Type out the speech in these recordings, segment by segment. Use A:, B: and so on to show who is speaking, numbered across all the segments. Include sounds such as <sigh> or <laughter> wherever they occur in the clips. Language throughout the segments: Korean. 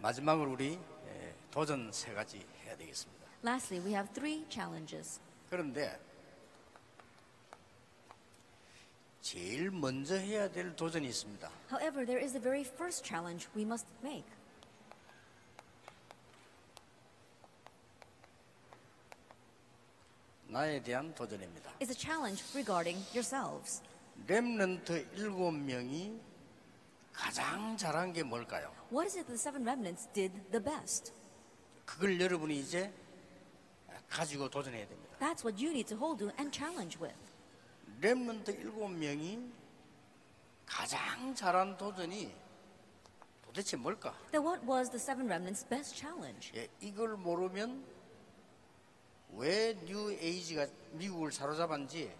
A: 마지막으로 우리 예, 도전 세 가지 해야 되겠습니다.
B: Lastly, we have three challenges.
A: 그런데 제일 먼저 해야 될 도전이 있습니다.
B: However, there is the very first challenge we must make.
A: 나에 대한 도전입니다.
B: It's a challenge regarding yourselves.
A: 렘넌트 일곱 명이 가장 잘한 게 뭘까요?
B: What is it the seven remnants did the best?
A: 그걸 여러분이 이제 가지고 도전해야 됩니다.
B: That's what you need to hold to and challenge with.
A: 렘넌트 일곱 명이 가장 잘한 도전이 도대체 뭘까?
B: Then what was the seven remnants' best challenge?
A: 예, 이걸 모르면 왜 뉴에이지가 미국을 사로잡았는지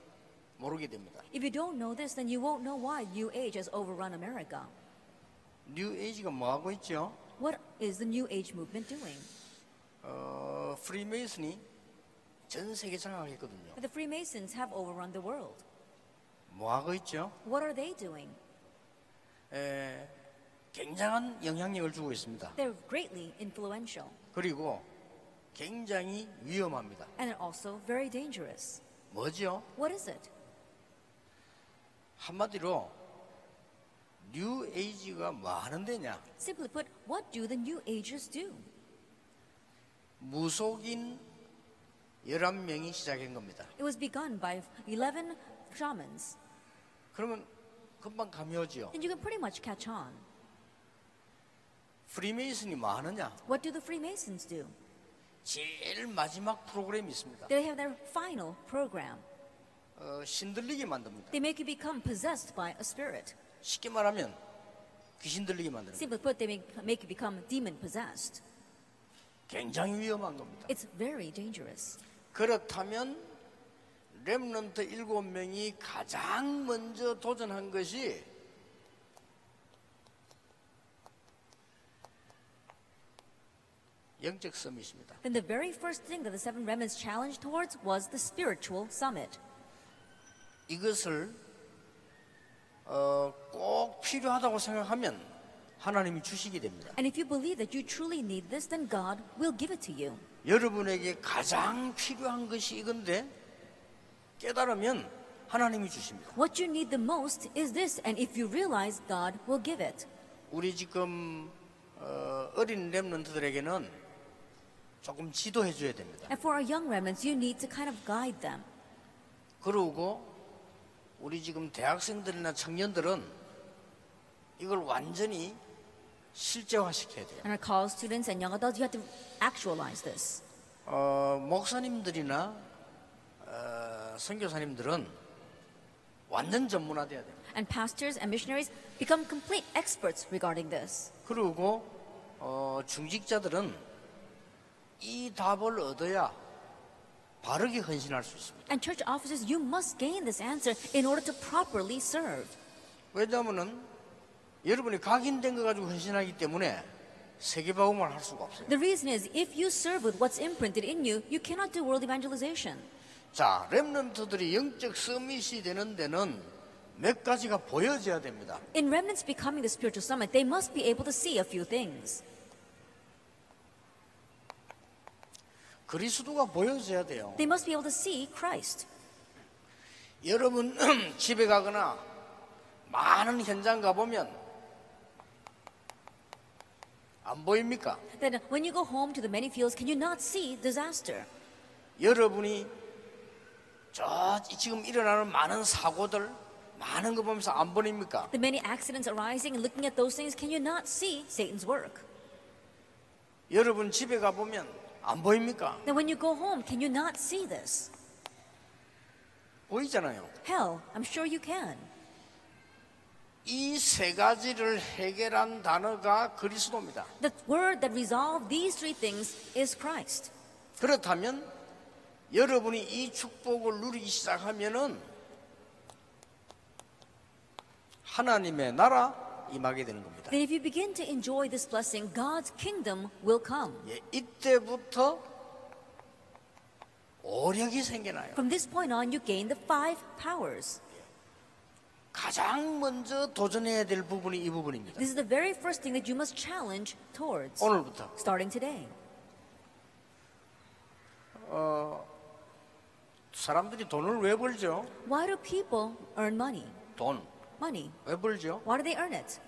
A: 모르게 됩니다.
B: If you don't know this, then you won't know why New Age has overrun America.
A: 뉴에이지가 뭐하고 있죠?
B: What is the New Age movement doing?
A: 어, 프리메이슨이 전 세계 장악했거든요.
B: The Freemasons have overrun the world.
A: 뭐하고 있죠?
B: What are they doing?
A: 에, 굉장한 영향력을 주고 있습니다.
B: They're greatly influential
A: 그리고 굉장히 위험합니다.
B: and they're also very dangerous.
A: 뭐죠?
B: What is it?
A: 한마디로 뉴에이지가 뭐 하는 데냐?
B: Simply put, what do the New Agers do?
A: 무속인 11명이 시작한 겁니다.
B: It was begun by 11 shamans,
A: 그러면 금방 감이 오지요.
B: and you can pretty much catch on.
A: 프리메이슨이 뭐 하느냐?
B: What do the Freemasons do?
A: 제일 마지막 프로그램이 있습니다.
B: They have their final program.
A: 어, 신들리게 만듭니다.
B: They make you become possessed by a spirit.
A: 쉽게 말하면 귀신 들리게 만듭니다.
B: Simply put, they make, make you become demon possessed.
A: 굉장히 위험한 겁니다.
B: It's very dangerous.
A: 그렇다면 렘넌트 일곱 명이 가장 먼저 도전한 것이 영적 섬이십니다.
B: Then the very first thing that the Seven Remnants challenged towards was the spiritual summit.
A: 이것을 어, 꼭 필요하다고 생각하면 하나님이 주시게 됩니다.
B: And if you believe that you truly need this, then God will give it to you.
A: 여러분에게 가장 필요한 것이 이건데 깨달으면 하나님이 주십니다.
B: What you need the most is this, and if you realize, God will give it.
A: 우리 지금 어, 어린 렘런트들에게는 조금 지도해 줘야 됩니다.
B: And for our young remnants, you need to kind of guide them.
A: 그러고 우리 지금 대학생들이나 청년들은 이걸 완전히 실제화시켜야 돼요.
B: And our college students and young adults, you have to actualize this.
A: 어, 목사님들이나 어, 선교사님들은 완전 전문화돼야 돼요.
B: And pastors and missionaries become complete experts regarding this.
A: 그리고 어, 중직자들은 이 답을 얻어야 바르게 헌신할 수 있습니다.
B: And church officers, you must gain this answer in order to properly serve.
A: 왜냐하면은 여러분이 각인된 거 가지고 헌신하기 때문에 세계복음을 할 수가 없어요.
B: The reason is if you serve with what's imprinted in you, you cannot do world evangelization.
A: 자, 렘넌트들이 영적 서밋이 되는 데는 몇 가지가 보여져야 됩니다.
B: In remnants becoming the spiritual summit, they must be able to see a few things.
A: 그리스도가 보여져야 돼요.
B: They must be able to see Christ.
A: 여러분 <clears throat> 집에 가거나 많은 현장 가보면 안 보입니까?
B: Then when you go home to the many fields, can you not see disaster?
A: 여러분이 저 지금 일어나는 많은 사고들 많은 거 보면서 안 보입니까?
B: The many accidents arising and looking at those things, can you not see Satan's work?
A: 여러분 집에 가 보면 안 보입니까?
B: Then when you go home, can you not see this?
A: 보이잖아요.
B: Hell, I'm sure you can.
A: 이 세 가지를 해결한 단어가 그리스도입니다.
B: The word that resolved these three things is Christ.
A: 그렇다면 여러분이 이 축복을 누리기 시작하면은 하나님의 나라 임하게 되는 겁니다.
B: Then if you begin to enjoy this blessing, God's kingdom will come.
A: 예, 이때부터 오력이 생겨나요.
B: From this point on, you gain the five powers.
A: 가장 먼저 도전해야 될 부분이 이 부분입니다.
B: This is the very first thing that you must challenge towards.
A: 오늘부터
B: Starting today.
A: 사람들이 돈을 왜 벌죠?
B: Why do people earn money?
A: 돈.
B: Money.
A: 왜 벌죠?
B: Why do they earn it?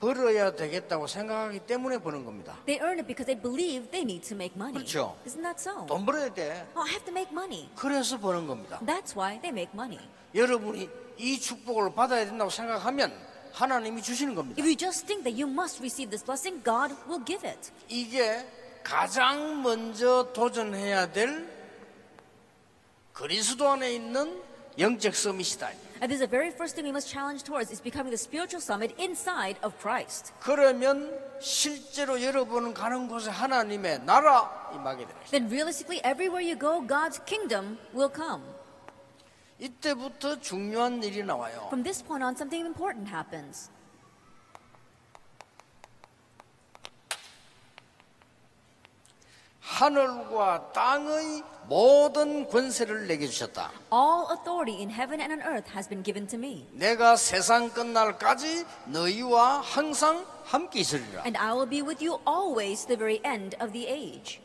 A: 벌어야 되겠다고 생각하기 때문에 버는 겁니다.
B: They earn it because they believe they need to make money.
A: 그렇죠.
B: Isn't that so?
A: 돈 벌어야 돼.
B: Oh, I have to make money.
A: 그래서 버는 겁니다.
B: That's why they make money.
A: 여러분이 이 축복을 받아야 된다고 생각하면 하나님이 주시는 겁니다.
B: If you just think that you must receive this blessing, God will give it.
A: 이게 가장 먼저 도전해야 될 그리스도 안에 있는 영적 서밋이다.
B: And this is the very first thing we must challenge towards is becoming the spiritual summit inside of Christ.
A: 그러면 실제로 여러분은 가는 곳에 하나님의 나라 임하게 됩니다.
B: Then realistically, everywhere you go, God's kingdom will come.
A: 이때부터 중요한 일이 나와요.
B: From this point on, something important happens.
A: 하늘과 땅의 모든 권세를 내게 주셨다.
B: All authority in heaven and on earth has been given to me,
A: 내가 세상 끝날까지 너희와 항상 함께 있으리라.
B: and I will be with you always to the very end of the age.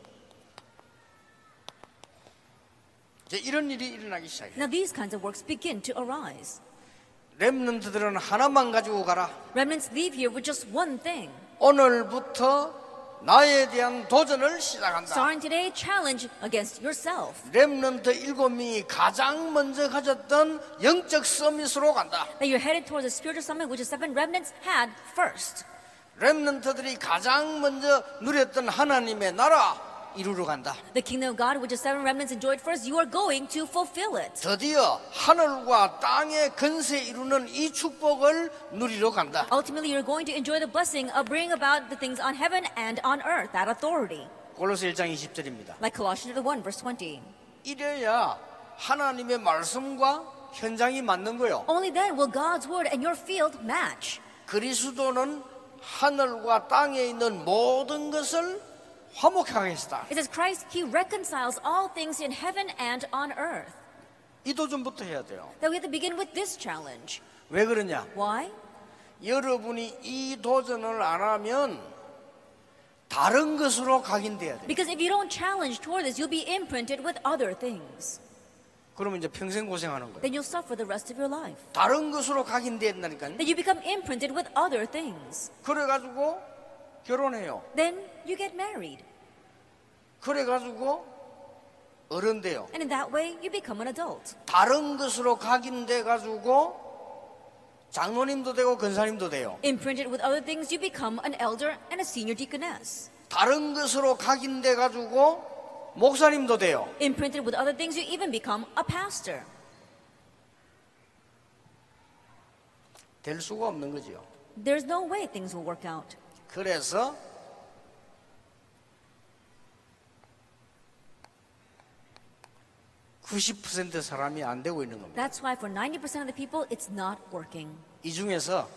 A: 이제 이런 일이 일어나기 시작해요.
B: Now, these kinds of works begin to arise.
A: 렘넌트들은 하나만 가지고 가라.
B: Remnants leave here with just one thing.
A: 오늘부터 나에 대한 도전을 시작한다.
B: Starting today, challenge against yourself
A: 렘넌트 일곱 명이 가장 먼저 가졌던 영적 서밋으로 간다.
B: that you're headed towards a spiritual summit which the seven remnants had first.
A: 렘넌트들이 가장 먼저 누렸던 하나님의 나라 이루러 간다.
B: The kingdom of God, which the seven remnants enjoyed first, you are going to fulfill it.
A: 드디어 하늘과 땅의 근세 이루는 이 축복을 누리러 간다.
B: Ultimately, you're going to enjoy the blessing of bringing about the things on heaven and on earth, that authority.
A: 골로새 1장 20절입니다.
B: Like Colossians chapter 1, verse 20.
A: 이래야 하나님의 말씀과 현장이 맞는 거요.
B: Only then will God's word and your field match.
A: 그리스도는 하늘과 땅에 있는 모든 것을 화목하게 했다.
B: It says, Christ, He reconciles all things in heaven and on earth.
A: 이 도전부터 해야 돼요.
B: That we have to begin with this challenge.
A: 왜 그러냐?
B: Why?
A: 여러분이 이 도전을 안 하면 다른 것으로 각인돼야 돼요.
B: Because if you don't challenge toward this, you'll be imprinted with other things.
A: 그러면 이제 평생 고생하는 거예요.
B: Then you'll suffer the rest of your life.
A: 다른 것으로 각인된다니까요.
B: Then you become imprinted with other things.
A: 그래가지고 결혼해요.
B: Then you get married.
A: 그래가지고 어른 돼요.
B: And in that way, you become an adult.
A: 다른 것으로 각인돼가지고 장로님도 되고 권사님도 돼요.
B: Imprinted with other things, you become an elder and a senior deaconess.
A: 다른 것으로 각인돼가지고 목사님도 돼요.
B: Imprinted with other things, you even become a pastor.
A: 될 수가 없는 거지요.
B: There's no way things will work out.
A: 그래서 (90% 사람이) 안 되고 있는 겁니다
B: That's why for 90% of the people, it's not working.
A: 이 중에서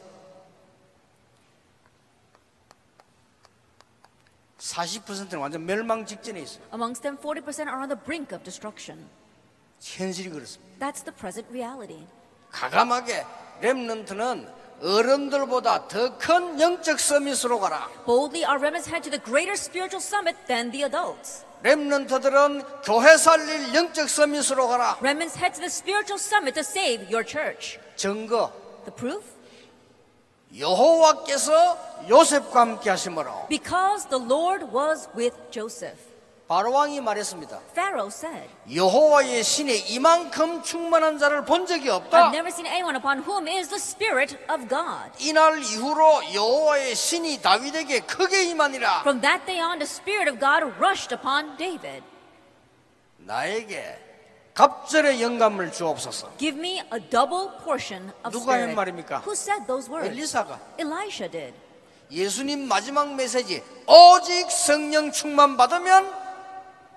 A: (40%는) 완전 멸망 직전에 있어요
B: Amongst them, 40% are on the brink of destruction.
A: 현실이 그렇습니다
B: That's the present reality.
A: 가감하게 렘넌트는 어른들보다 더 큰 영적 서밋으로 가라
B: Boldly, our remnants head to the greater spiritual summit than the adults.
A: 렘넌트들은 교회 살릴 영적 서밋으로 가라
B: Remnants head to the spiritual summit to save your church.
A: 증거
B: The proof?
A: 여호와께서 요셉과 함께 하심으로
B: Because the Lord was with Joseph.
A: 바로왕이 말했습니다.
B: Pharaoh said,
A: 여호와의 신이 이만큼 충만한 자를 본 적이 없다.
B: I've never seen anyone upon whom is the Spirit of God.
A: 이날 이후로 여호와의 신이 다윗에게 크게 임하니라.
B: From that day on, the Spirit of God rushed upon David.
A: 나에게 갑절의 영감을 주옵소서.
B: Give me a double portion of
A: 누가 한
B: spirit.
A: 말입니까?
B: Who said those words?
A: 엘리사가
B: Elisha did.
A: 예수님 마지막 메시지 오직 성령 충만 받으면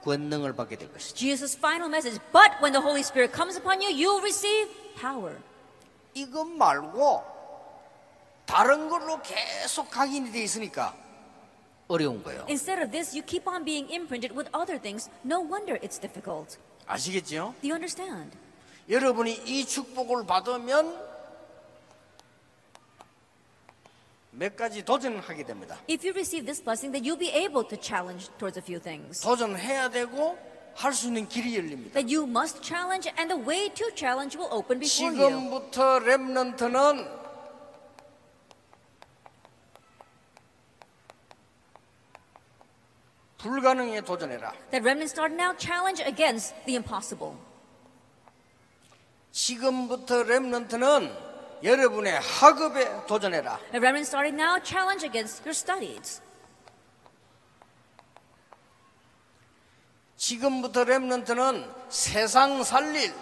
A: 권능을 받게 될 것이다.
B: Jesus' final message, but when the Holy Spirit comes upon you, you'll receive power.
A: 이것 말고 다른 걸로 계속 각인이 돼 있으니까 어려운 거예요.
B: Instead of this, you keep on being imprinted with other things. No wonder it's difficult.
A: 아시겠죠?
B: Do you understand?
A: 여러분이 이 축복을 받으면 몇 가지 도전하게 됩니다.
B: If you receive this blessing, then you'll be able to challenge towards a few things.
A: 도전해야 되고 할 수 있는 길이 열립니다.
B: That you must challenge, and the way to challenge will open before you.
A: 지금부터 렘넌트는 불가능에 도전해라.
B: That remnants are now challenge against the impossible.
A: 지금부터 렘넌트는 여러분의 학업에 도전해라.
B: The remnants are now challenge against your studies.
A: 지금부터 렘넌트는 세상 살릴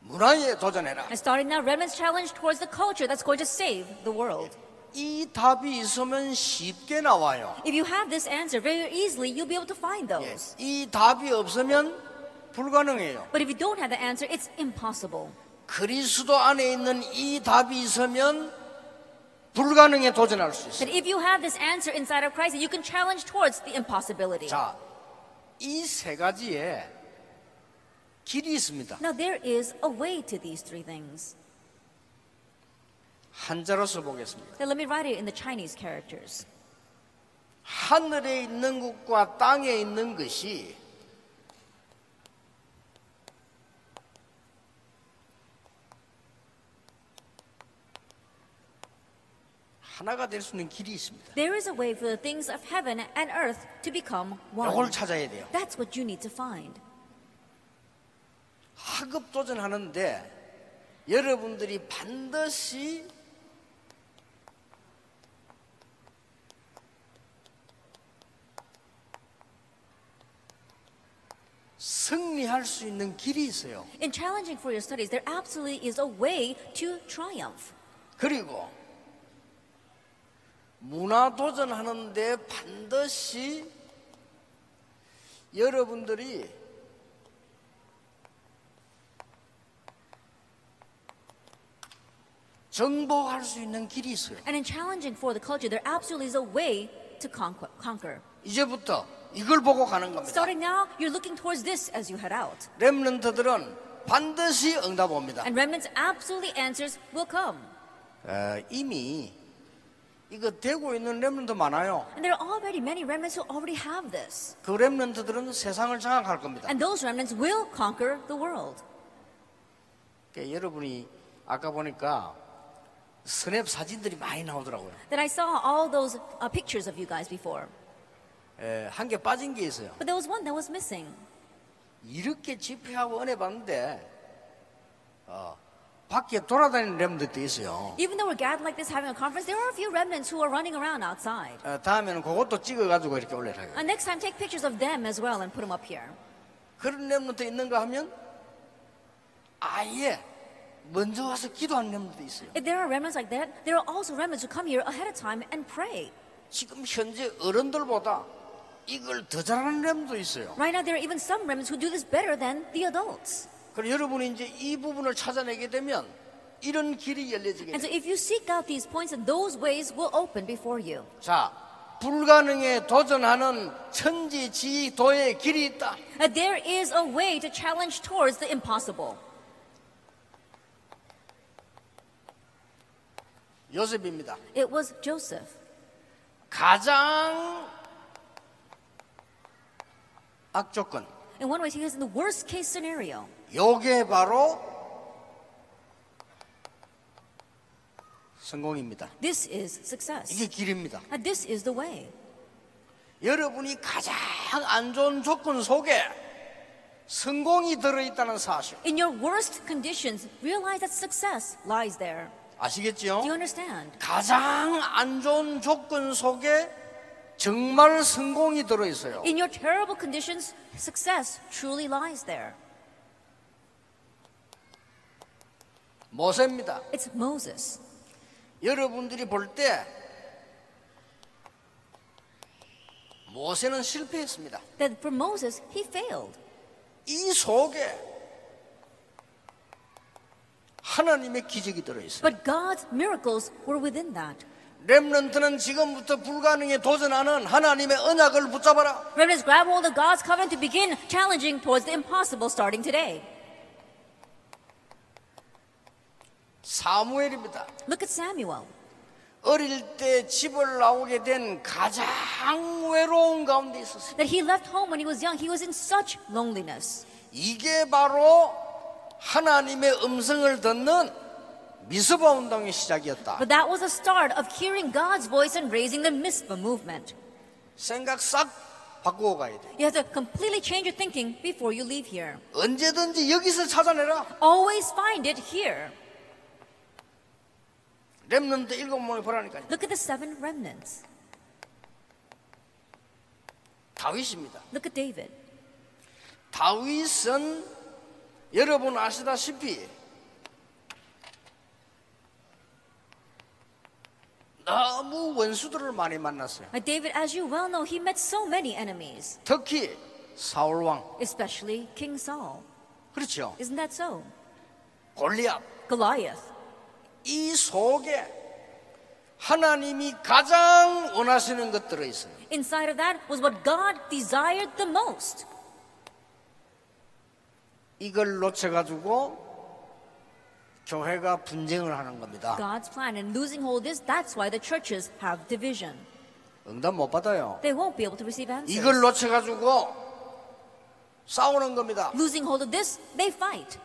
A: 문화에 도전해라.
B: And starting now, remnants challenge towards the culture that's going to save the world.
A: 이 답이 있으면 쉽게 나와요.
B: If you have this answer very easily, you'll be able to find
A: 예,
B: those.
A: 이 답이 없으면 불가능해요.
B: But if you don't have the answer, it's impossible.
A: 그리스도 안에 있는 이 답이 있으면 불가능에 도전할 수 있어요.
B: That if you have this answer inside of Christ, you can challenge towards the impossibility.
A: 자, 이 세 가지에 길이 있습니다.
B: Now, there is a way to these three things.
A: 한자로 써보겠습니다.
B: Now, let me write it in the Chinese characters.
A: 하늘에 있는 것과 땅에 있는 것이 하나가 될 수 있는 길이 있습니다.
B: There is a way for the things of heaven and earth to become one.
A: 이걸 찾아야 돼요.
B: That's what you need to find.
A: 학업 도전하는데 여러분들이 반드시 승리할 수 있는 길이 있어요.
B: In challenging for your studies, there absolutely is a way to triumph.
A: 그리고 문화 도전하는데 반드시 여러분들이 정복할 수 있는 길이 있어요.
B: And in challenging for the culture, there absolutely is a way to conquer. conquer.
A: 이제부터 이걸 보고 가는 겁니다.
B: Starting now, you're looking towards this as you head out.
A: 렘런트들은 반드시 응답 옵니다.
B: And remnants absolutely answers will come.
A: 어, 이미 이거 되고 있는 렘런트 많아요.
B: And there are already many remnants who already have this.
A: 그 렘런트들은 세상을 장악할 겁니다.
B: And those remnants will conquer the world.
A: 그러니까 여러분이 아까 보니까 스냅 사진들이 많이 나오더라고요.
B: That I saw all those uh, pictures of you guys before.
A: 예, 한 개 빠진 게 있어요.
B: But there was one that was missing.
A: 이렇게 집회하고 은혜 받는데 어, 밖에 돌아다니는 렘들도 있어요.
B: Even though we're gathered like this having a conference, there are a few remnants who are running around outside.
A: 어, 다음에는 그것도 찍어가지고 이렇게 올려라.
B: And next time, take pictures of them as well and put them up here.
A: 그런 렘들도 있는가 하면 아예 먼저 와서 기도하는 렘들도 있어요.
B: If there are remnants like that, there are also remnants who come here ahead of time and pray.
A: 지금 현재 어른들보다 이걸 더 잘하는 렘도 있어요.
B: Right now, there are even some remnants who do this better than the adults.
A: 그럼 여러분이 이제 이 부분을 찾아내게 되면 이런 길이 열려지게 돼요.
B: And so, if you seek out these points, then those ways will open before you.
A: 자, 불가능에 도전하는 천지지도의 길이 있다.
B: That Uh, there is a way to challenge towards the impossible.
A: 요셉입니다.
B: It was Joseph,
A: 가장 악조건.
B: in one way, he was in the worst case scenario.
A: 요게 바로 성공입니다.
B: This is success.
A: 이게 길입니다.
B: And this is the way.
A: 여러분이 가장 안 좋은 조건 속에 성공이 들어있다는 사실.
B: In your worst conditions, realize that success lies there.
A: 아시겠지요?
B: Do you understand?
A: 가장 안 좋은 조건 속에 정말 성공이 들어있어요.
B: In your terrible conditions, success truly lies there.
A: 모세입니다.
B: It's Moses.
A: 여러분들이 볼 때 모세는 실패했습니다.
B: That for Moses, he failed.
A: 이 속에 하나님의 기적이 들어있어요.
B: But God's miracles were within that.
A: 렘런트는 지금부터 불가능에 도전하는 하나님의 언약을 붙잡아라.
B: Remnants, grab hold of God's covenant to begin challenging towards the impossible starting today.
A: 사무엘입니다.
B: Look at Samuel.
A: 어릴 때 집을 나오게 된 가장 외로운 가운데 있었어요.
B: That he left home when he was young, he was in such loneliness.
A: 이게 바로 하나님의 음성을 듣는 미스바 운동의 시작이었다.
B: But that was the start of hearing God's voice and raising the Mizpah movement.
A: 생각 싹 바꾸고 가야 돼.
B: You have to completely change your thinking before you leave here.
A: 언제든지 여기서 찾아내라.
B: Always find it here.
A: 렘넌트 일곱 몸을 보라니까요.
B: Look at the seven remnants.
A: 다윗입니다.
B: Look at David.
A: 다윗은 여러분 아시다시피 너무 원수들을 많이 만났어요.
B: Uh, David, as you well know, he met so many enemies,
A: 특히 사울 왕,
B: especially King Saul.
A: 그렇죠?
B: Isn't that so?
A: 골리앗
B: Goliath.
A: 이 속에 하나님이 가장 원하시는 것 들어 있어요.
B: Inside of that was what God desired the most.
A: 이걸 놓쳐가지고 교회가 분쟁을 하는 겁니다.
B: God's plan. And losing hold of this, that's why the churches have division.
A: 응답 못 받아요.
B: They won't be able to receive
A: 이걸
B: answers.
A: 놓쳐가지고 싸우는 겁니다.
B: Losing hold of this, they fight.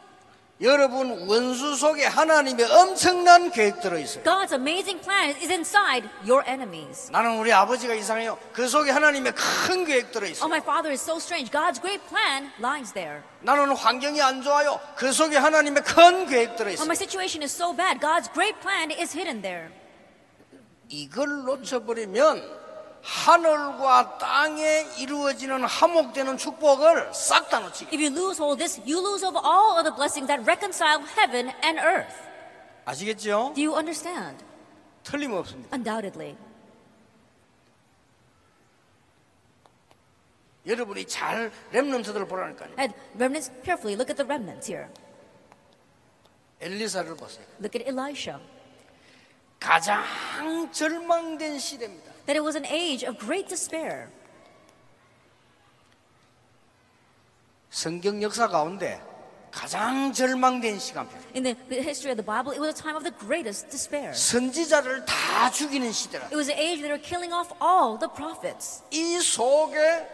A: 여러분 원수 속에 하나님의 엄청난 계획 들어 있어요.
B: God's amazing plan is inside your enemies.
A: 나는 우리 아버지가 이상해요. 그 속에 하나님의 큰 계획 들어
B: Oh,
A: 있어요.
B: my father is so strange. God's great plan lies there.
A: 나는 환경이 안 좋아요. 그 속에 하나님의 큰 계획 들어
B: Oh,
A: 있어요.
B: my situation is so bad. God's great plan is hidden there.
A: 이걸 놓쳐버리면 하늘과 땅에 이루어지는 화목되는 축복을 싹 다 놓치게.
B: If you lose hold of this, you lose over all other blessings that reconcile heaven and earth.
A: 아시겠죠?
B: Do you understand?
A: 틀림없습니다.
B: Undoubtedly.
A: 여러분이 잘 렘넌트들을 보라니까요.
B: And remnants, carefully look at the remnants here.
A: 엘리사를 보세요.
B: Look at Elisha.
A: 가장 절망된 시대입니다.
B: That it was an age of great despair.
A: 성경 역사 가운데 가장 절망된 시간표.
B: In the, the history of the Bible, it was a time of the greatest despair.
A: 선지자를 다 죽이는 시대라.
B: It was an age that were killing off all the prophets.
A: 이 속에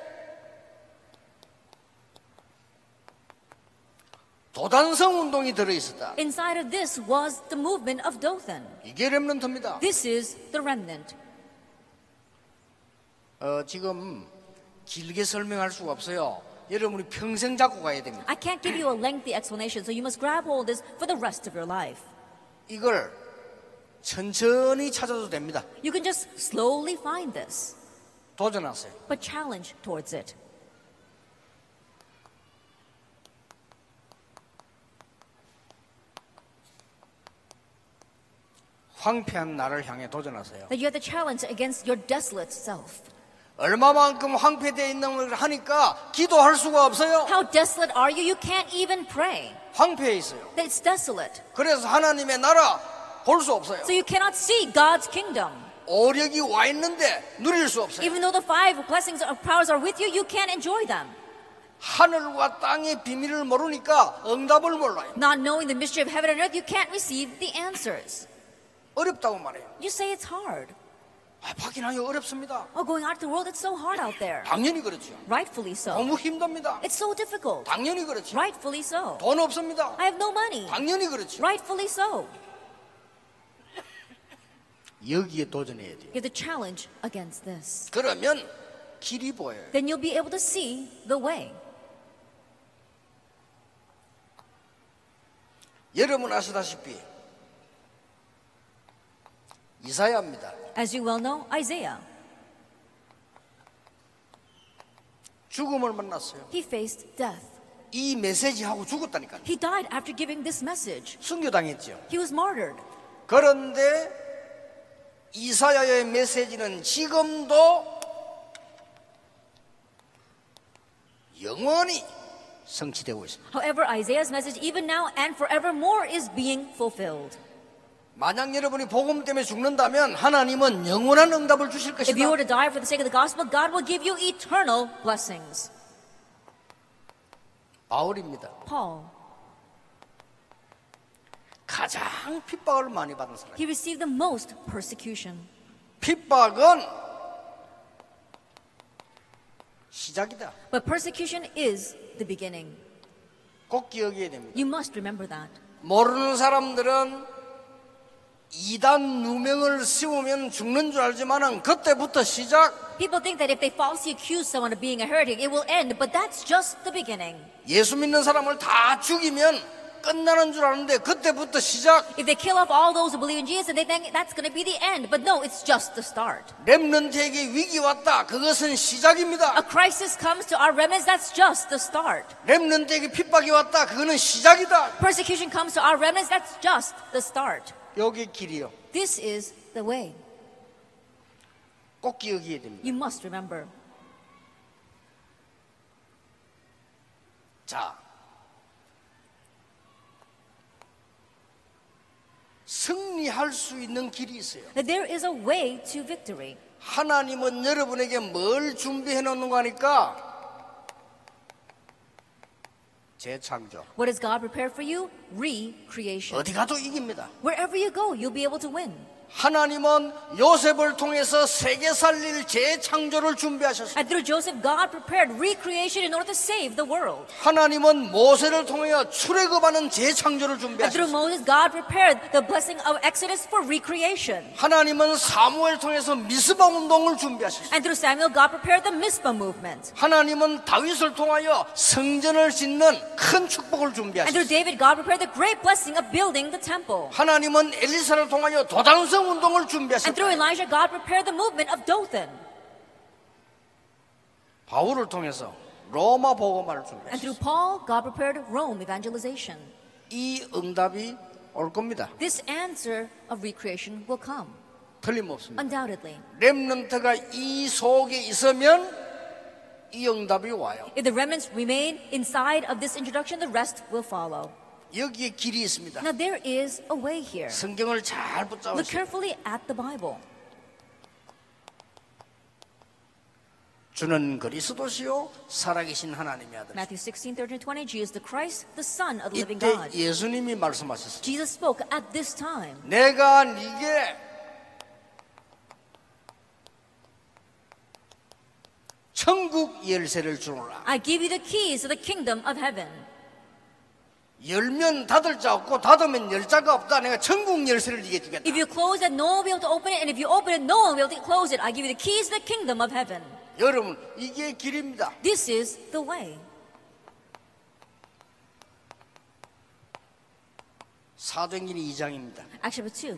A: 도단성 운동이 들어 있었다.
B: Inside of this was the movement of Dothan.
A: 이게 렘넌트입니다.
B: This is the remnant.
A: 어, 지금 길게 설명할 수가 없어요. 여러분이 평생 잡고 가야 됩니다.
B: I can't give you a lengthy explanation, so you must grab hold of this for the rest of your life.
A: 이걸 천천히 찾아도 됩니다.
B: You can just slowly find this,
A: 도전하세요.
B: but challenge towards it.
A: 황폐한 나를 향해 도전하세요.
B: That you have the challenge against your desolate self.
A: 얼마만큼 황폐되어 있는 걸 하니까 기도할 수가 없어요.
B: How desolate are you? You can't even pray.
A: 황폐해 있어요.
B: That it's desolate.
A: 그래서 하나님의 나라 볼 수 없어요.
B: So you cannot see God's kingdom.
A: 오력이 와 있는데 누릴 수 없어요.
B: Even though the five blessings of powers are with you, you can't enjoy them.
A: 하늘과 땅의 비밀을 모르니까 응답을 몰라요.
B: Not knowing the mystery of heaven and earth, you can't receive the answers.
A: 어렵다고 말해요.
B: You say it's hard.
A: 아, 박인하여 어렵습니다.
B: Oh, going out to the world, it's so hard out there.
A: 당연히 그렇죠.
B: Rightfully so.
A: 너무 힘듭니다.
B: It's so difficult.
A: 당연히 그렇죠.
B: Rightfully so.
A: 돈 없습니다.
B: I have no money.
A: 당연히 그렇죠.
B: Rightfully so.
A: 여기에 도전해야 돼요.
B: You have the challenge against this.
A: 그러면 길이 보여요.
B: Then you'll be able to see the way.
A: 여러분 아시다시피 이사야입니다.
B: As you well know, Isaiah,
A: 죽음을 만났어요.
B: he faced death.
A: 이 메시지하고 죽었다니까요.
B: He died after giving this message.
A: 순교당했죠.
B: He was martyred.
A: 그런데 이사야의 메시지는 지금도 영원히 성취되고 있습니다.
B: However, Isaiah's message, even now and forevermore, is being fulfilled.
A: 만약 여러분이 복음 때문에 죽는다면 하나님은 영원한 응답을 주실
B: If
A: 것이다.
B: you were to die for the sake of the gospel, God will give you eternal blessings.
A: 바울입니다.
B: Paul,
A: 가장 핍박을 많이 받은 사람.
B: He received the most persecution.
A: 핍박은 시작이다.
B: But persecution is the beginning.
A: 꼭 기억해야 됩니다.
B: You must remember that.
A: 모르는 사람들은 이단 누명을 씌우면 죽는 줄 알지만은 그때부터 시작
B: People think that if they falsely accuse someone of being a heretic, it will end, but that's just the beginning.
A: 예수 믿는 사람을 다 죽이면 끝나는 줄 아는데 그때부터 시작
B: If they kill off all those who believe in Jesus and they think that's going to be the end, but no, it's just the start.
A: 렘넌트에게 위기 왔다 그것은
B: A
A: 시작입니다
B: crisis comes to our remnants, that's just the start.
A: 렘넌트에게 핍박이 왔다 그거는 시작이다
B: Persecution comes to our remnants, that's just the start.
A: 여기 길이요
B: This is the way.
A: 꼭 기억해야 됩니다
B: You must remember.
A: 자 승리할 수 있는 길이 있어요
B: That there is a way to victory.
A: 하나님은 여러분에게 뭘 준비해 놓는 거니까 재창조
B: What has God prepared for you? Recreation.
A: 어디 가도 이깁니다.
B: Wherever you go, you'll be able to win.
A: 하나님은 요셉을 통해서 세계 살릴 재창조를 준비하셨습니다.
B: And through Joseph, God prepared recreation in order to save the world.
A: 하나님은 모세를 통하여 출애굽하는 재창조를
B: And
A: 준비하셨습니다.
B: through Moses, God prepared the blessing of Exodus for recreation.
A: 하나님은 사무엘 통해서 미스바 운동을 준비하셨습니다.
B: And through Samuel, God prepared the Mizpah movement.
A: 하나님은 다윗을 통하여 성전을 짓는 큰 축복을
B: And
A: 준비하셨습니다.
B: through David, God prepared the great blessing of building the temple.
A: 하나님은 엘리사를 통하여 도단성 운동을
B: And
A: 준비하셨습니다.
B: through Elijah, God prepared the movement of Dothan.
A: 바울을 통해서 로마 복음화를
B: And
A: 준비했습니다.
B: through Paul, God prepared Rome evangelization.
A: 이 응답이 올 겁니다.
B: This answer of recreation will come,
A: 틀림없습니다.
B: undoubtedly.
A: 렘넌트가 이 속에 있으면 이 응답이 와요.
B: If the remnants remain inside of this introduction, the rest will follow.
A: 여기에 길이 있습니다.
B: Now, there is a way here.
A: 성경을 잘
B: Look
A: 붙잡으세요.
B: carefully at the Bible.
A: 주는 그리스도시요 살아계신 하나님의 아들.
B: Matthew 16, 13 20. Jesus the Christ, the Son of the living
A: 이때
B: God.
A: 예수님이 말씀하셨어요.
B: Jesus spoke at this time.
A: 내가 네게 천국 열쇠를 주노라.
B: I give you the keys to the kingdom of heaven.
A: 열면 닫을 자 없고 닫으면 열 자가 없다. 내가 천국 열쇠를 네게 주겠다.
B: If you close it, no one will be able to open it. And if you open it, no one will be able to close it. I give you the keys to the kingdom of heaven.
A: 여러분 이게 길입니다.
B: This is the way.
A: 사도행전이 2장입니다.
B: Acts chapter 2.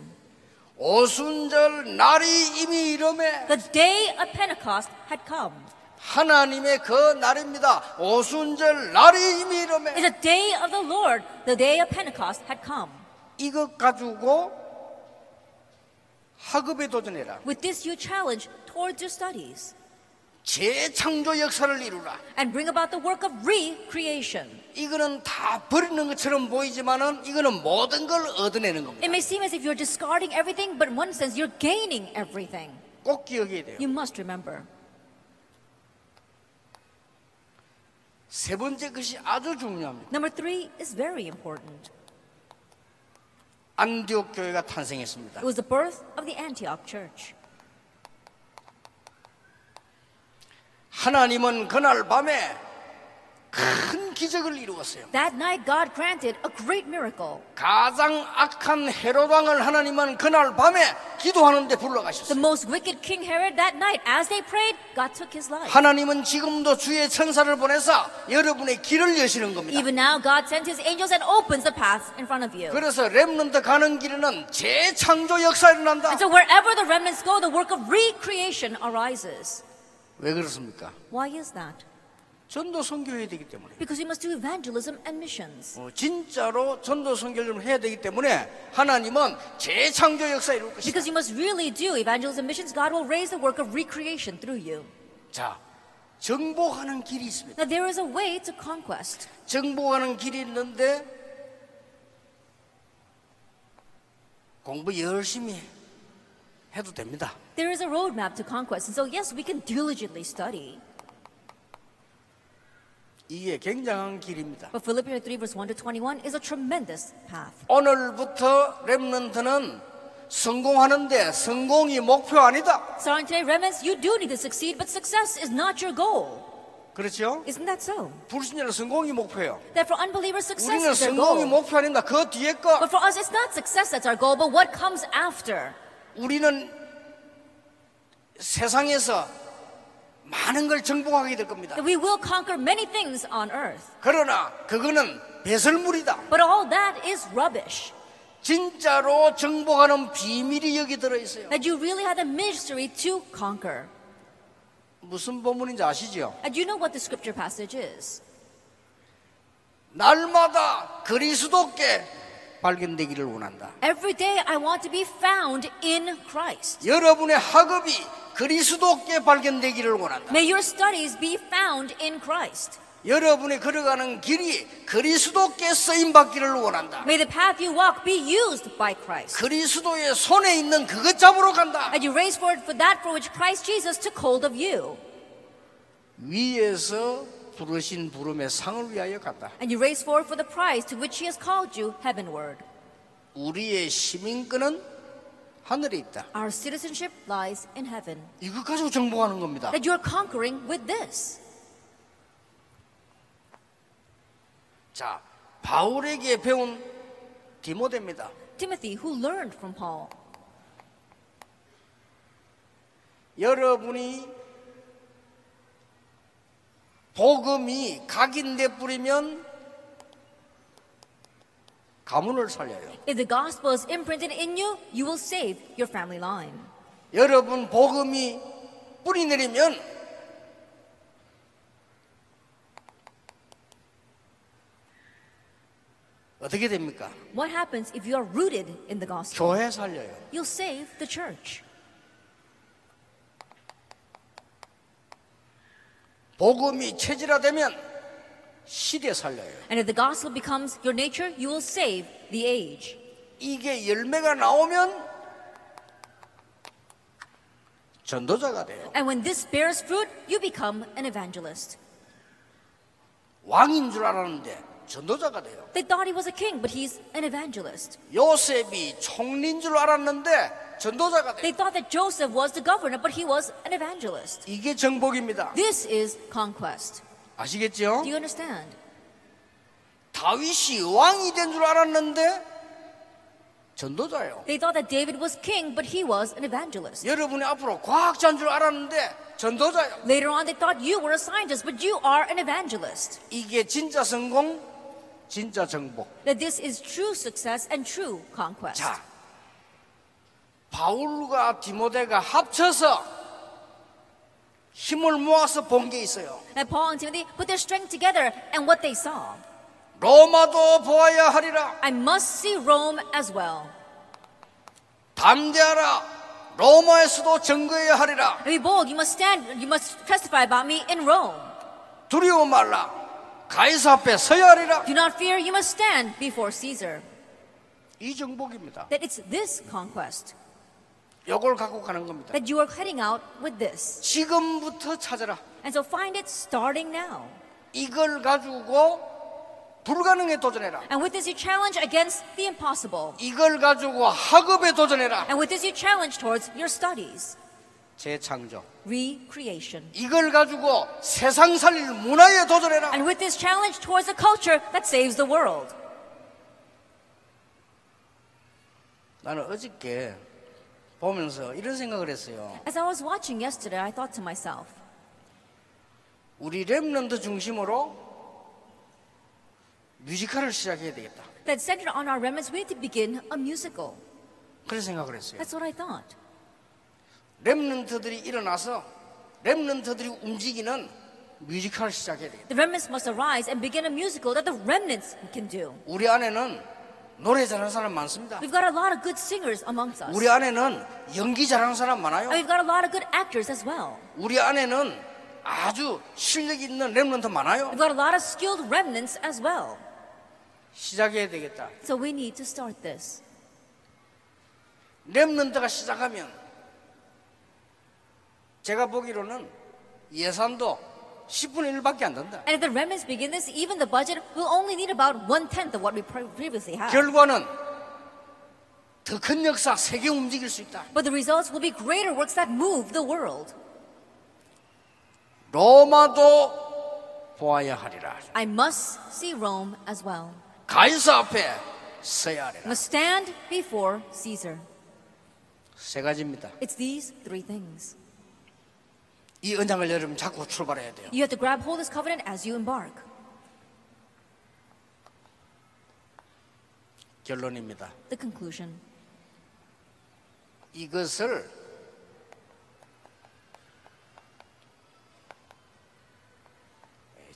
A: 오순절 날이 이미 이름에
B: The day of Pentecost had come.
A: 하나님의 그 날입니다. 오순절 날이 이미 이름에
B: It's the day of the Lord. The day of Pentecost had come.
A: 이것 가지고 학업에 도전해라.
B: With this, you challenge towards your studies
A: 재창조 역사를 이루라.
B: and bring about the work of recreation.
A: 이거는 다 버리는 것처럼 보이지만은 이거는 모든 걸 얻어내는 겁니다.
B: It may seem as if you're discarding everything, but in one sense, you're gaining everything.
A: 꼭 기억해야 돼요.
B: You must remember.
A: 세 번째 것이 아주 중요합니다.
B: Number three is very important.
A: 안디옥 교회가 탄생했습니다.
B: It was the birth of the Antioch church.
A: 하나님은 그날 밤에 큰 기적을 이루었어요.
B: That night, God granted a great miracle.
A: 가장 악한 헤롯 왕을 하나님은 그날 밤에 기도하는데
B: The
A: 불러가셨어요.
B: most wicked King Herod that night, as they prayed, God took his life.
A: 하나님은 지금도 주의 천사를 보내서 여러분의 길을 여시는 겁니다.
B: Even now, God sent his angels and opens the paths in front of you.
A: 그래서 렘넌트 가는 길에는 재창조 역사 일어난다.
B: And so, wherever the remnants go, the work of recreation arises.
A: 왜 그렇습니까?
B: Why is that?
A: 전도 선교해야 되기 때문에.
B: Because we must do evangelism and missions.
A: 어, 진짜로 전도 선교를 좀 해야 되기 때문에 하나님은 재창조 역사 이룰 것이다.
B: Because you must really do evangelism and missions, God will raise the work of recreation through you.
A: 자, 정복하는 길이 있습니다.
B: Now, there is a way to conquest.
A: 정복하는 길이 있는데 공부 열심히 해도 됩니다.
B: There is a roadmap to conquest. And so, yes, we can diligently study.
A: 이게 굉장한 길입니다.
B: But Philippians 3 verse 1 to 21 is a tremendous path.
A: 오늘부터 렘넌트는 성공하는데 성공이 목표 아니다.
B: Starting today, remnants, you do need to succeed, but success is not your goal.
A: 그렇죠?
B: Isn't that so?
A: 불신자는 성공이 목표예요.
B: That for unbelievers, success
A: 우리는
B: is their
A: 성공이
B: goal.
A: 목표 아닙니다. 그 뒤에 거
B: But for us, it's not success that's our goal, but what comes after.
A: 우리는 세상에서 많은 걸 정복하게 될 겁니다.
B: That we will conquer many things on earth.
A: 그러나 그거는 배설물이다.
B: But all that is rubbish.
A: 진짜로 정복하는 비밀이 여기 들어 있어요.
B: That you really have a mystery to conquer.
A: 무슨 본문인지 아시죠?
B: And you know what the scripture passage is.
A: 날마다 그리스도께 발견되기를 원한다.
B: Every day I want to be found in Christ.
A: 여러분의 학업이 그리스도께 발견되기를 원한다.
B: May your studies be found in Christ.
A: 여러분이 걸어가는 길이 그리스도께 쓰임 받기를 원한다.
B: May the path you walk be used by Christ.
A: 그리스도의 손에 있는 그것 잡으러 간다.
B: And you raise for it for that for which Christ Jesus took hold of you.
A: 위에서 부르신 부름의 상을 위하여 간다.
B: And you raise for it for the prize to which he has called you heavenward.
A: 우리의 시민권은 하늘에 있다.
B: Our citizenship lies in heaven.
A: 이것 가지고 정복하는 겁니다.
B: That you are conquering with this.
A: 자, 바울에게 배운 디모데입니다.
B: Timothy, who learned from Paul.
A: 여러분이 복음이 각인돼 뿌리면 가문을 살려요.
B: If the gospel is imprinted in you, you will save your family line.
A: 여러분 복음이 뿌리 내리면 어떻게 됩니까?
B: What happens if you are rooted in the gospel?
A: 교회 살려요.
B: You'll save the church.
A: 복음이 체질화되면 시대 살려요.
B: And if the gospel becomes your nature, you will save the age.
A: 이게 열매가 나오면 전도자가 돼요.
B: And when this bears fruit, you become an evangelist.
A: 왕인 줄 알았는데 전도자가 돼요.
B: They thought he was a king, but he's an evangelist.
A: 요셉이 총리인 줄 알았는데 전도자가 돼요.
B: They thought that Joseph was the governor, but he was an evangelist.
A: 이게 정복입니다.
B: This is conquest.
A: 아시겠죠?
B: Do you understand?
A: 다윗이 왕이 된 줄 알았는데 전도자예요.
B: They thought that David was king, but he was an evangelist.
A: 여러분이 앞으로 과학자인 줄 알았는데 전도자예요.
B: Later on, they thought you were a scientist, but you are an evangelist.
A: 이게 진짜 성공, 진짜 정복.
B: That this is true success and true conquest.
A: 자, 바울과 디모데가 합쳐서 힘을 모아서 본 게 있어요.
B: And Paul and Timothy put their strength together and what they saw.
A: 로마도 보아야 하리라.
B: I must see Rome as well.
A: 담대하라. 로마에서도 증거해야 하리라.
B: And be bold, you must stand, you must testify about me in Rome.
A: 두려워 말라. 가이사 앞에 서야 하리라.
B: Do not fear, you must stand before Caesar.
A: 이 정복입니다.
B: That it's this conquest
A: 요걸 갖고 가는 겁니다.
B: that you are heading out with this.
A: 지금부터 찾아라.
B: And so find it starting now.
A: 이걸 가지고 불가능에 도전해라.
B: And with this, you challenge against the impossible.
A: 이걸 가지고 학업에 도전해라.
B: And with this, you challenge towards your studies,
A: 재창조.
B: recreation.
A: 이걸 가지고 세상 살릴 문화에 도전해라.
B: And with this, challenge towards a culture that saves the world.
A: 나는 어저께 보면서 이런 생각을 했어요.
B: As I was watching yesterday, I thought to myself,
A: 우리 랩런드 중심으로 뮤지컬을 시작해야 되겠다.
B: that centered on our remnants, we need to begin a musical.
A: 그런 생각을 했어요.
B: That's what I thought.
A: 랩런트들이 일어나서 랩런트들이 움직이는 뮤지컬을 시작해야 되겠다.
B: The remnants must arise and begin a musical that the remnants can do.
A: 우리 안에는 노래 잘하는 사람 많습니다.
B: We've got a lot of good singers amongst us.
A: 우리 안에는 연기 잘하는 사람 많아요.
B: And we've got a lot of good actors as well.
A: 우리 안에는 아주 실력 있는 랩런트 많아요.
B: We've got a lot of skilled remnants as well.
A: 시작해야 되겠다.
B: So we need to start this.
A: 랩런트가 시작하면 제가 보기로는 예산도 10분의 1밖에 안 된다.
B: And if the remnants begin this, even the budget will only need about one tenth of what we pre- previously had.
A: 결과는 더 큰 역사, 세계 움직일 수 있다.
B: But the results will be greater works that move the world.
A: 로마도 보아야 하리라.
B: I must see Rome as well.
A: 가이사 앞에 서야
B: I
A: 하리라.
B: must stand before Caesar.
A: 세 가지입니다.
B: It's these three things.
A: 이 언장을 여러분 잡고 출발해야 돼요.
B: You have to grab hold of this covenant as you embark.
A: 결론입니다.
B: The conclusion.
A: 이것을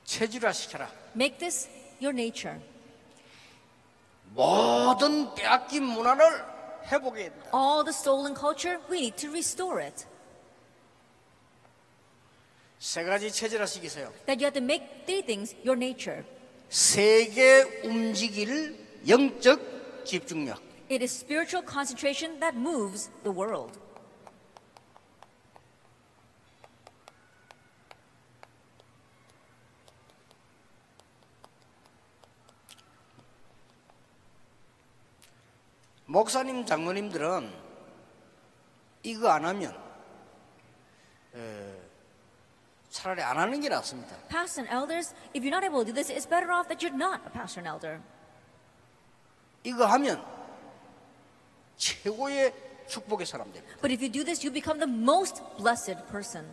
A: 체질화 시켜라.
B: Make this your nature.
A: 모든 빼앗긴 문화를 회복해야 된다.
B: All the stolen culture, we need to restore it.
A: 세 가지 체질화 시키세요.
B: That you have to make three things your nature.
A: 세계 움직일 영적 집중력.
B: It is spiritual concentration that moves the world.
A: 목사님, 장로님들은 이거 안 하면 에, 차라리 안 하는 게 낫습니다.
B: Pastors and elders, if you're not able to do this, it's better off that you're not a pastor and elder.
A: 이거 하면 최고의 축복의 사람 됩니다.
B: But if you do this, you become the most blessed person.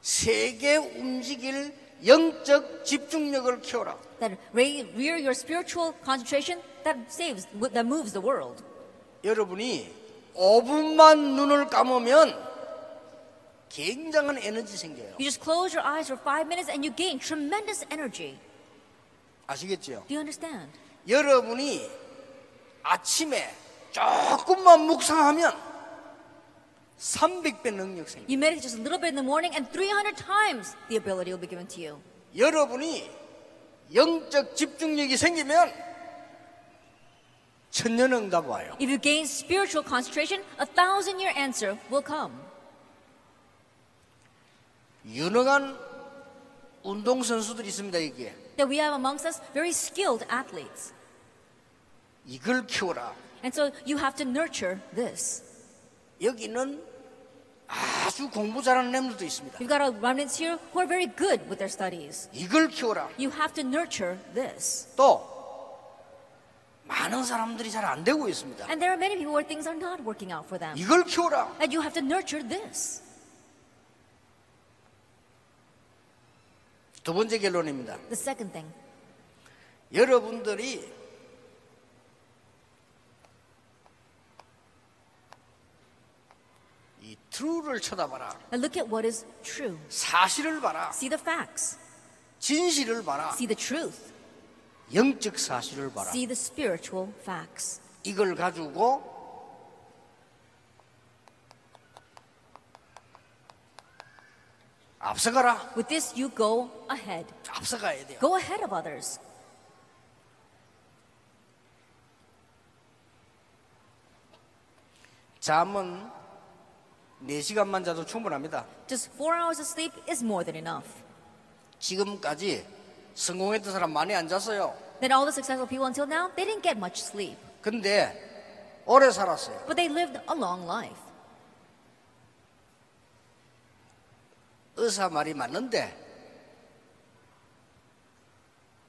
A: 세계 움직일 영적 집중력을 키워라.
B: That re- rear your spiritual concentration that saves, that moves the world.
A: 여러분이 5분만 눈을 감으면 굉장한 에너지 생겨요.
B: You just close your eyes for five minutes and you gain tremendous energy.
A: 아시겠죠?
B: Do you understand?
A: 여러분이 아침에 조금만 묵상하면 300배 능력 생겨요.
B: You meditate just a little bit in the morning, and 300 times the ability will be given to you.
A: 여러분이 영적 집중력이 생기면 천년응답 와요.
B: If you gain spiritual concentration, a thousand year answer will come.
A: 유능한 운동선수들이 있습니다, 이게.
B: That we have amongst us very skilled athletes.
A: 이걸 키워라.
B: And so you have to nurture this.
A: 여기는 아주 공부 잘하는 렘들도 있습니다.
B: You've got remnants here who are very good with their studies.
A: 이걸 키워라.
B: You have to nurture this.
A: 또 많은 사람들이 잘 안 되고 있습니다.
B: And there are many people where things are not working out for them.
A: 이걸 키워라.
B: And you have to nurture this.
A: 두 번째 결론입니다.
B: The second thing
A: 여러분들이 이 트루를 쳐다봐라.
B: and look at what is true.
A: 사실을 봐라.
B: See the facts,
A: 진실을 봐라.
B: see the truth,
A: 영적 사실을 봐라.
B: see the spiritual facts.
A: 이걸 가지고 앞서가라.
B: With this, you go ahead.
A: 앞서가야 돼요.
B: Go ahead of others.
A: 잠은 4시간만 자도 충분합니다.
B: Just four hours of sleep is more than enough.
A: 지금까지 성공했던 사람 많이 안 잤어요.
B: Then all the successful people until now, they didn't get much sleep,
A: 근데 오래 살았어요.
B: but they lived a long life.
A: 의사 말이 맞는데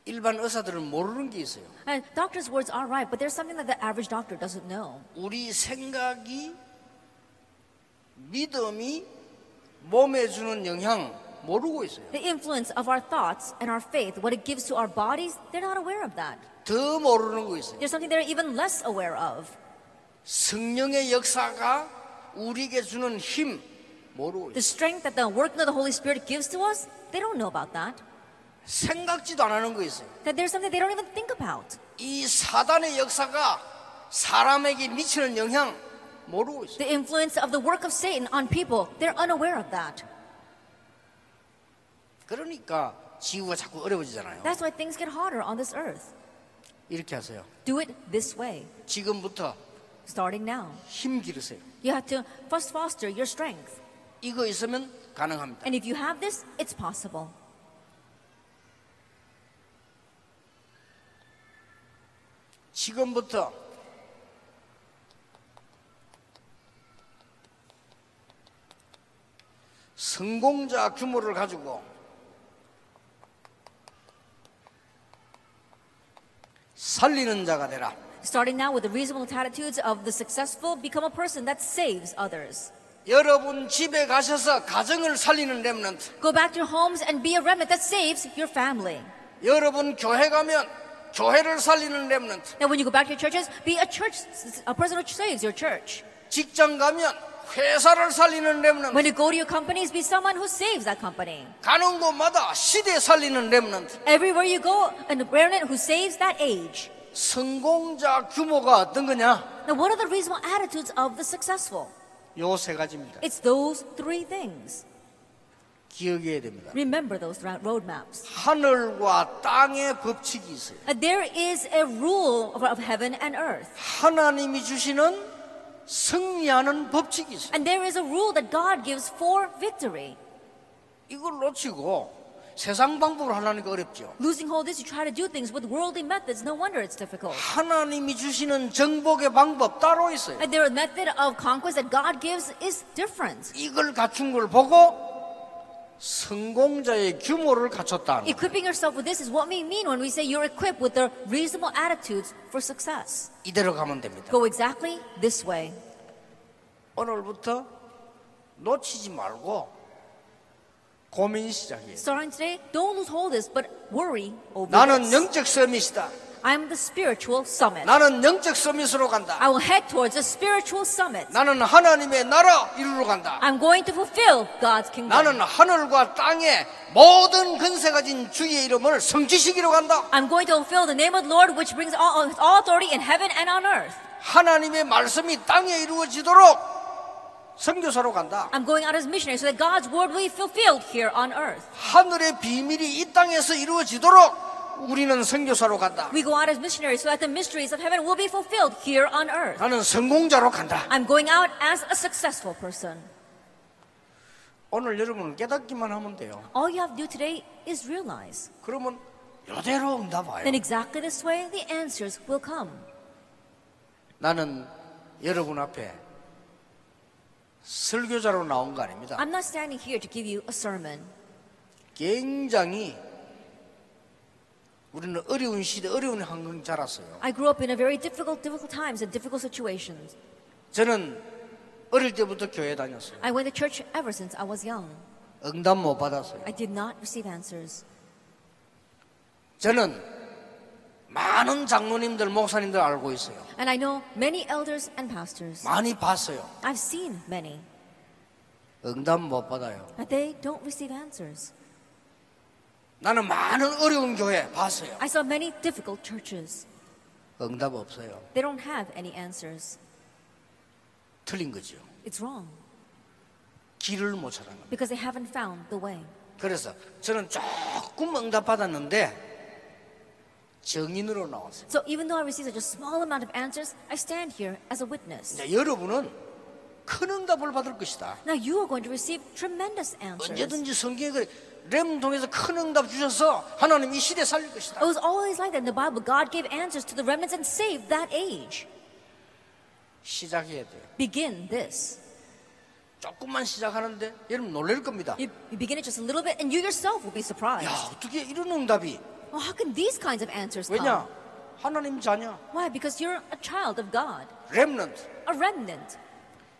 A: 일반 의사들은 모르는 게 있어요.
B: And doctor's words are right, but there's something that the average doctor doesn't know.
A: 우리 생각이 믿음이 몸에 주는 영향 모르고 있어요.
B: The influence of our thoughts and our faith, what it gives to our bodies, they're not aware of that.
A: 더 모르는 거 있어요.
B: There's something they're even less aware of.
A: 성령의 역사가 우리에게 주는 힘 모르고
B: The
A: 있어요.
B: strength that the working of the Holy Spirit gives to us, they don't know about that.
A: 생각지도 안 하는 거 있어요.
B: That there's something they don't even think about.
A: 이 사단의 역사가 사람에게 미치는 영향 모르고 있어요.
B: The influence of the work of Satan on people, they're unaware of that.
A: 그러니까 지구가 자꾸 어려워지잖아요.
B: That's why things get harder on this earth.
A: 이렇게 하세요.
B: Do it this way,
A: 지금부터
B: starting now.
A: 힘 기르세요.
B: You have to first foster your strength.
A: 이거 있으면 가능합니다.
B: And if you have this, it's possible.
A: 지금부터 성공자 규모를 가지고 살리는 자가 되라.
B: Starting now with the reasonable attitudes of the successful, become a person that saves others.
A: 여러분 집에 가셔서 가정을 살리는 렘넌트.
B: Go back to your homes and be a remnant that saves your family.
A: 여러분 교회 가면 교회를 살리는 렘넌트.
B: Now, when you go back to your churches, be a church, a person who saves your church.
A: 직장 가면 회사를 살리는 렘넌트.
B: When you go to your companies, be someone who saves that company.
A: 가는 곳마다 시대 살리는 렘넌트.
B: Everywhere you go, an remnant who saves that age.
A: 성공자 규모가 어떤 거냐?
B: Now, what are the reasonable attitudes of the successful?
A: 요 세 가지입니다.
B: It's those three things.
A: 기억해야 됩니다.
B: Remember those ra- roadmaps.
A: 하늘과 땅의 법칙이 있어요.
B: Uh, There is a rule of- of heaven and earth,
A: 하나님이 주시는 승리하는 법칙이 있어요.
B: and there is a rule that God gives for victory.
A: 이걸 놓치고 세상 방법으로 하려니까 어렵죠.
B: Losing hold is you try to do things with worldly methods. No wonder it's difficult.
A: 하나님이 주시는 정복의 방법 따로 있어요.
B: And their method of conquest that God gives is different.
A: 이걸 갖춘 걸 보고 성공자의 규모를 갖췄다.
B: Equipping yourself with this is what we mean when we say you're equipped with the reasonable attitudes for success.
A: 이대로 가면 됩니다.
B: Go exactly this way.
A: 오늘부터 놓치지 말고 고민 시작이에요.
B: Starting today, don't lose hold of this, but worry over
A: 나는
B: this.
A: 영적 서밋이다.
B: I'm the spiritual summit.
A: 나는 영적 서밋으로 간다.
B: I will head towards the spiritual summit.
A: 나는 하나님의 나라 이루러 간다.
B: I'm going to fulfill God's kingdom.
A: 나는 하늘과 땅의 모든 근세 가진 주의 이름을 성취시키러 간다.
B: I'm going to fulfill the name of the Lord, which brings all, all authority in heaven and on earth.
A: 하나님의 말씀이 땅에 이루어지도록 선교사로 간다.
B: I'm going out as a missionary so that God's word will be fulfilled here on earth.
A: 하늘의 비밀이 이 땅에서 이루어지도록 우리는 선교사로 간다.
B: We go out as missionaries so that the mysteries of heaven will be fulfilled here on earth.
A: 나는 성공자로 간다.
B: I'm going out as a successful person.
A: 오늘 여러분은 깨닫기만 하면 돼요.
B: All you have to do today is realize.
A: 그러면 이대로 응답 와요.
B: Then, exactly this way, the answers will come.
A: 나는 여러분 앞에 설교자로 나온 거 아닙니다.
B: I'm not standing here to give you a sermon.
A: 굉장히 우리는 어려운 시대, 어려운 환경 자랐어요.
B: I grew up in a very difficult, difficult times and difficult situations.
A: 저는 어릴 때부터 교회 다녔어요.
B: I went to church ever since I was young.
A: 응답 못 받았어요.
B: I did not receive answers.
A: 저는 많은 장로님들, 목사님들 알고 있어요.
B: And I know many elders and pastors.
A: 많이 봤어요.
B: I've seen many,
A: 응답 못 받아요.
B: but they don't receive answers.
A: 나는 많은 어려운 교회 봤어요.
B: I saw many difficult churches.
A: 응답 없어요.
B: They don't have any answers.
A: 틀린 거죠.
B: It's wrong
A: 길을 못 찾은 겁니다.
B: because they haven't found the way.
A: 그래서 저는 조금 응답 받았는데 정인으로 나왔어요.
B: So even though I received such a small amount of answers, I stand here as a witness.
A: 이제 여러분은 큰 응답을 받을 것이다.
B: Now you are going to receive tremendous answers.
A: 언제든지 성경에 그래. 렘 통해서 큰 응답 주셔서 하나님 이 시대 살릴
B: It
A: 것이다.
B: was always like that in the Bible. God gave answers to the remnants and saved that age.
A: 시작해야 돼요.
B: Begin this.
A: 조금만 시작하는데 여러분 놀랄 겁니다.
B: You, you begin it just a little bit, and you yourself will be surprised.
A: 야 어떻게 이런 응답이
B: Well, how can these kinds of answers
A: 왜냐
B: come?
A: 하나님 자녀
B: Why? Because you're a child of God,
A: 렘넌트
B: a remnant,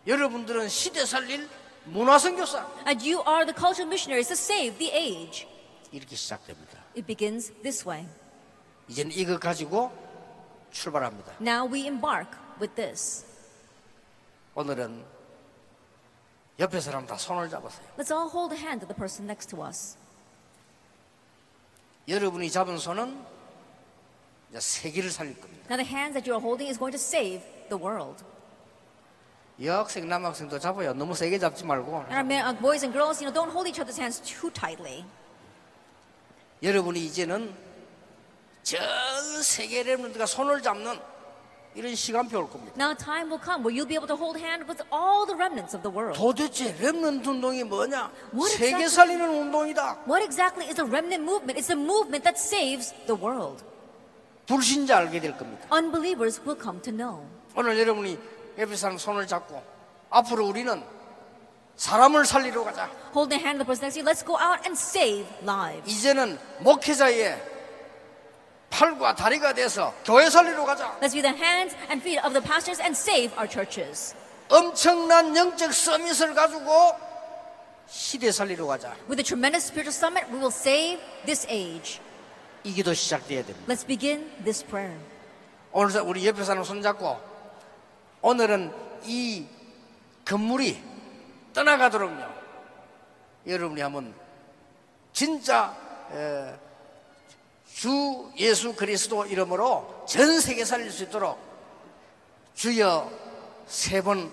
A: 여러분들은 시대 살릴 문화 선교사
B: and you are the cultural missionaries to save the age.
A: 이렇게 시작됩니다.
B: It begins this way.
A: 이제는 이거 가지고 출발합니다.
B: Now we embark with this.
A: 오늘은 옆에 사람 다 손을 잡으세요.
B: Let's all hold a hand to the person next to us.
A: 여러분이 잡은 손은 이제 세계를 살릴 겁니다.
B: Now the hand that you are holding is going to save the world.
A: 여학생 남학생도 잡아요. 너무 세게 잡지 말고
B: And our men, uh, boys and girls, you know, don't hold each other's hands too tightly.
A: 여러분이 이제는 전 세계 렘런트가 손을 잡는 이런 시간표 올 겁니다.
B: Now a time will come where you'll be able to hold hand with all the remnants of the world.
A: 도대체 렘런트 운동이 뭐냐?
B: What
A: 세계
B: exactly-
A: 살리는 운동이다.
B: What exactly is a remnant movement? It's a movement that saves the world.
A: 불신자 알게 될 겁니다.
B: Unbelievers will come to know.
A: 오늘 여러분이 에베사람 손을 잡고 앞으로 우리는 사람을 살리러 가자.
B: Hold the hand of the person next to you. Let's go out and save lives.
A: 이제는 목회자의 팔과 다리가 돼서 교회 살리러 가자.
B: Let's be the hands and feet of the pastors and save our churches.
A: 엄청난 영적 서밋을 가지고 시대 살리러 가자.
B: With a tremendous spiritual summit, we will save this age.
A: 이 기도 시작돼야 됩니다.
B: Let's begin this prayer.
A: 오늘 사- 우리 옆에 사람 손잡고 오늘은 이 건물이 떠나가도록요. 여러분이 한번 진짜 에, 주 예수 그리스도 이름으로 전 세계 살릴 수 있도록 주여 세 번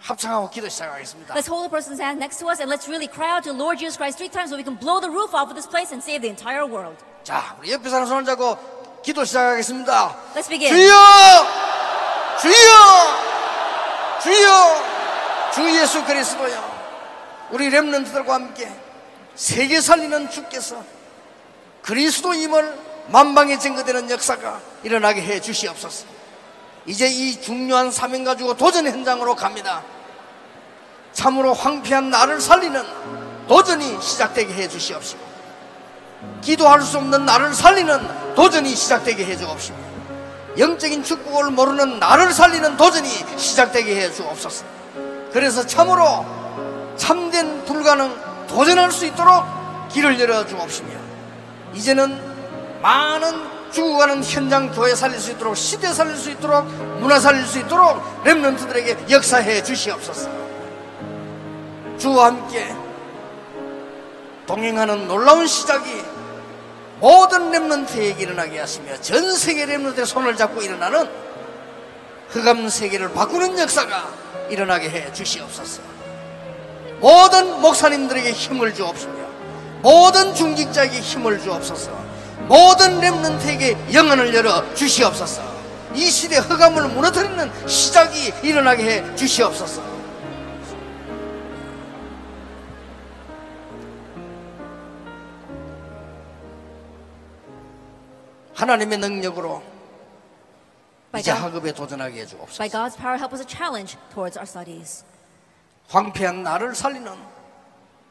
A: 합창하고 기도 시작하겠습니다.
B: Let's hold the person's hand next to us and let's really cry out to Lord Jesus Christ three times so we can blow the roof off of this place and save the entire world.
A: 자, 우리 옆에 사람 손을 잡고 기도 시작하겠습니다.
B: Let's begin.
A: 주여! 주여! 주여! 주 예수 그리스도여. 우리 렘넌트들과 함께 세계 살리는 주께서 그리스도임을 만방에 증거되는 역사가 일어나게 해 주시옵소서. 이제 이 중요한 사명 가지고 도전 현장으로 갑니다. 참으로 황폐한 나를 살리는 도전이 시작되게 해 주시옵시고 기도할 수 없는 나를 살리는 도전이 시작되게 해 주옵시고 영적인 축복을 모르는 나를 살리는 도전이 시작되게 해 주옵소서. 그래서 참으로 참된 불가능 도전할 수 있도록 길을 열어 주옵시며 이제는 많은 죽어가는 현장 교회 살릴 수 있도록 시대 살릴 수 있도록 문화 살릴 수 있도록 렘넌트들에게 역사해 주시옵소서. 주와 함께 동행하는 놀라운 시작이 모든 렘넌트에게 일어나게 하시며 전 세계 렘넌트의 손을 잡고 일어나는 흑암 세계를 바꾸는 역사가 일어나게 해 주시옵소서. 모든 목사님들에게 힘을 주옵시며 모든 중직자에게 힘을 주옵소서. 모든 렘넌트에게 영혼을 열어 주시옵소서. 이 시대 흑암을 무너뜨리는 시작이 일어나게 해 주시옵소서. 하나님의 능력으로
B: By,
A: 이제
B: God,
A: 학업에 도전하게 해주옵소서.
B: by God's power, help us a challenge towards our studies.
A: 황폐한 나를 살리는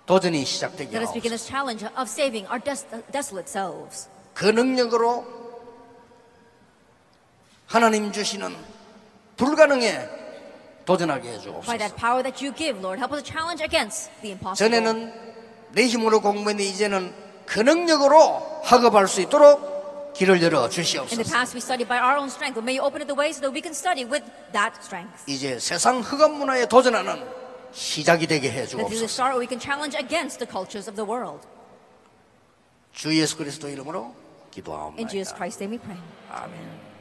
A: 도전이 시작되게
B: Let us begin
A: 하옵소서.
B: this challenge of saving our des- desolate selves.
A: 그 능력으로 하나님 주시는 불가능에 도전하게
B: By
A: 해주옵소서.
B: that power that you give, Lord, help us a challenge against the impossible.
A: 전에는 내 힘으로 공부했는데 이제는 그 능력으로 학업할 수 있도록 길을 열어
B: In the
A: 주시옵소서.
B: past, we studied by our own strength, but may you open up the way so that we can study with that strength.
A: 이제 세상 흑암 문화에 도전하는 시작이 되게
B: That this is the
A: 해주옵소서.
B: start where we can challenge against the cultures of the world.
A: 주 예수 그리스도 이름으로
B: In Jesus
A: 기도하옵나이다.
B: Christ's name we pray.
A: 아멘.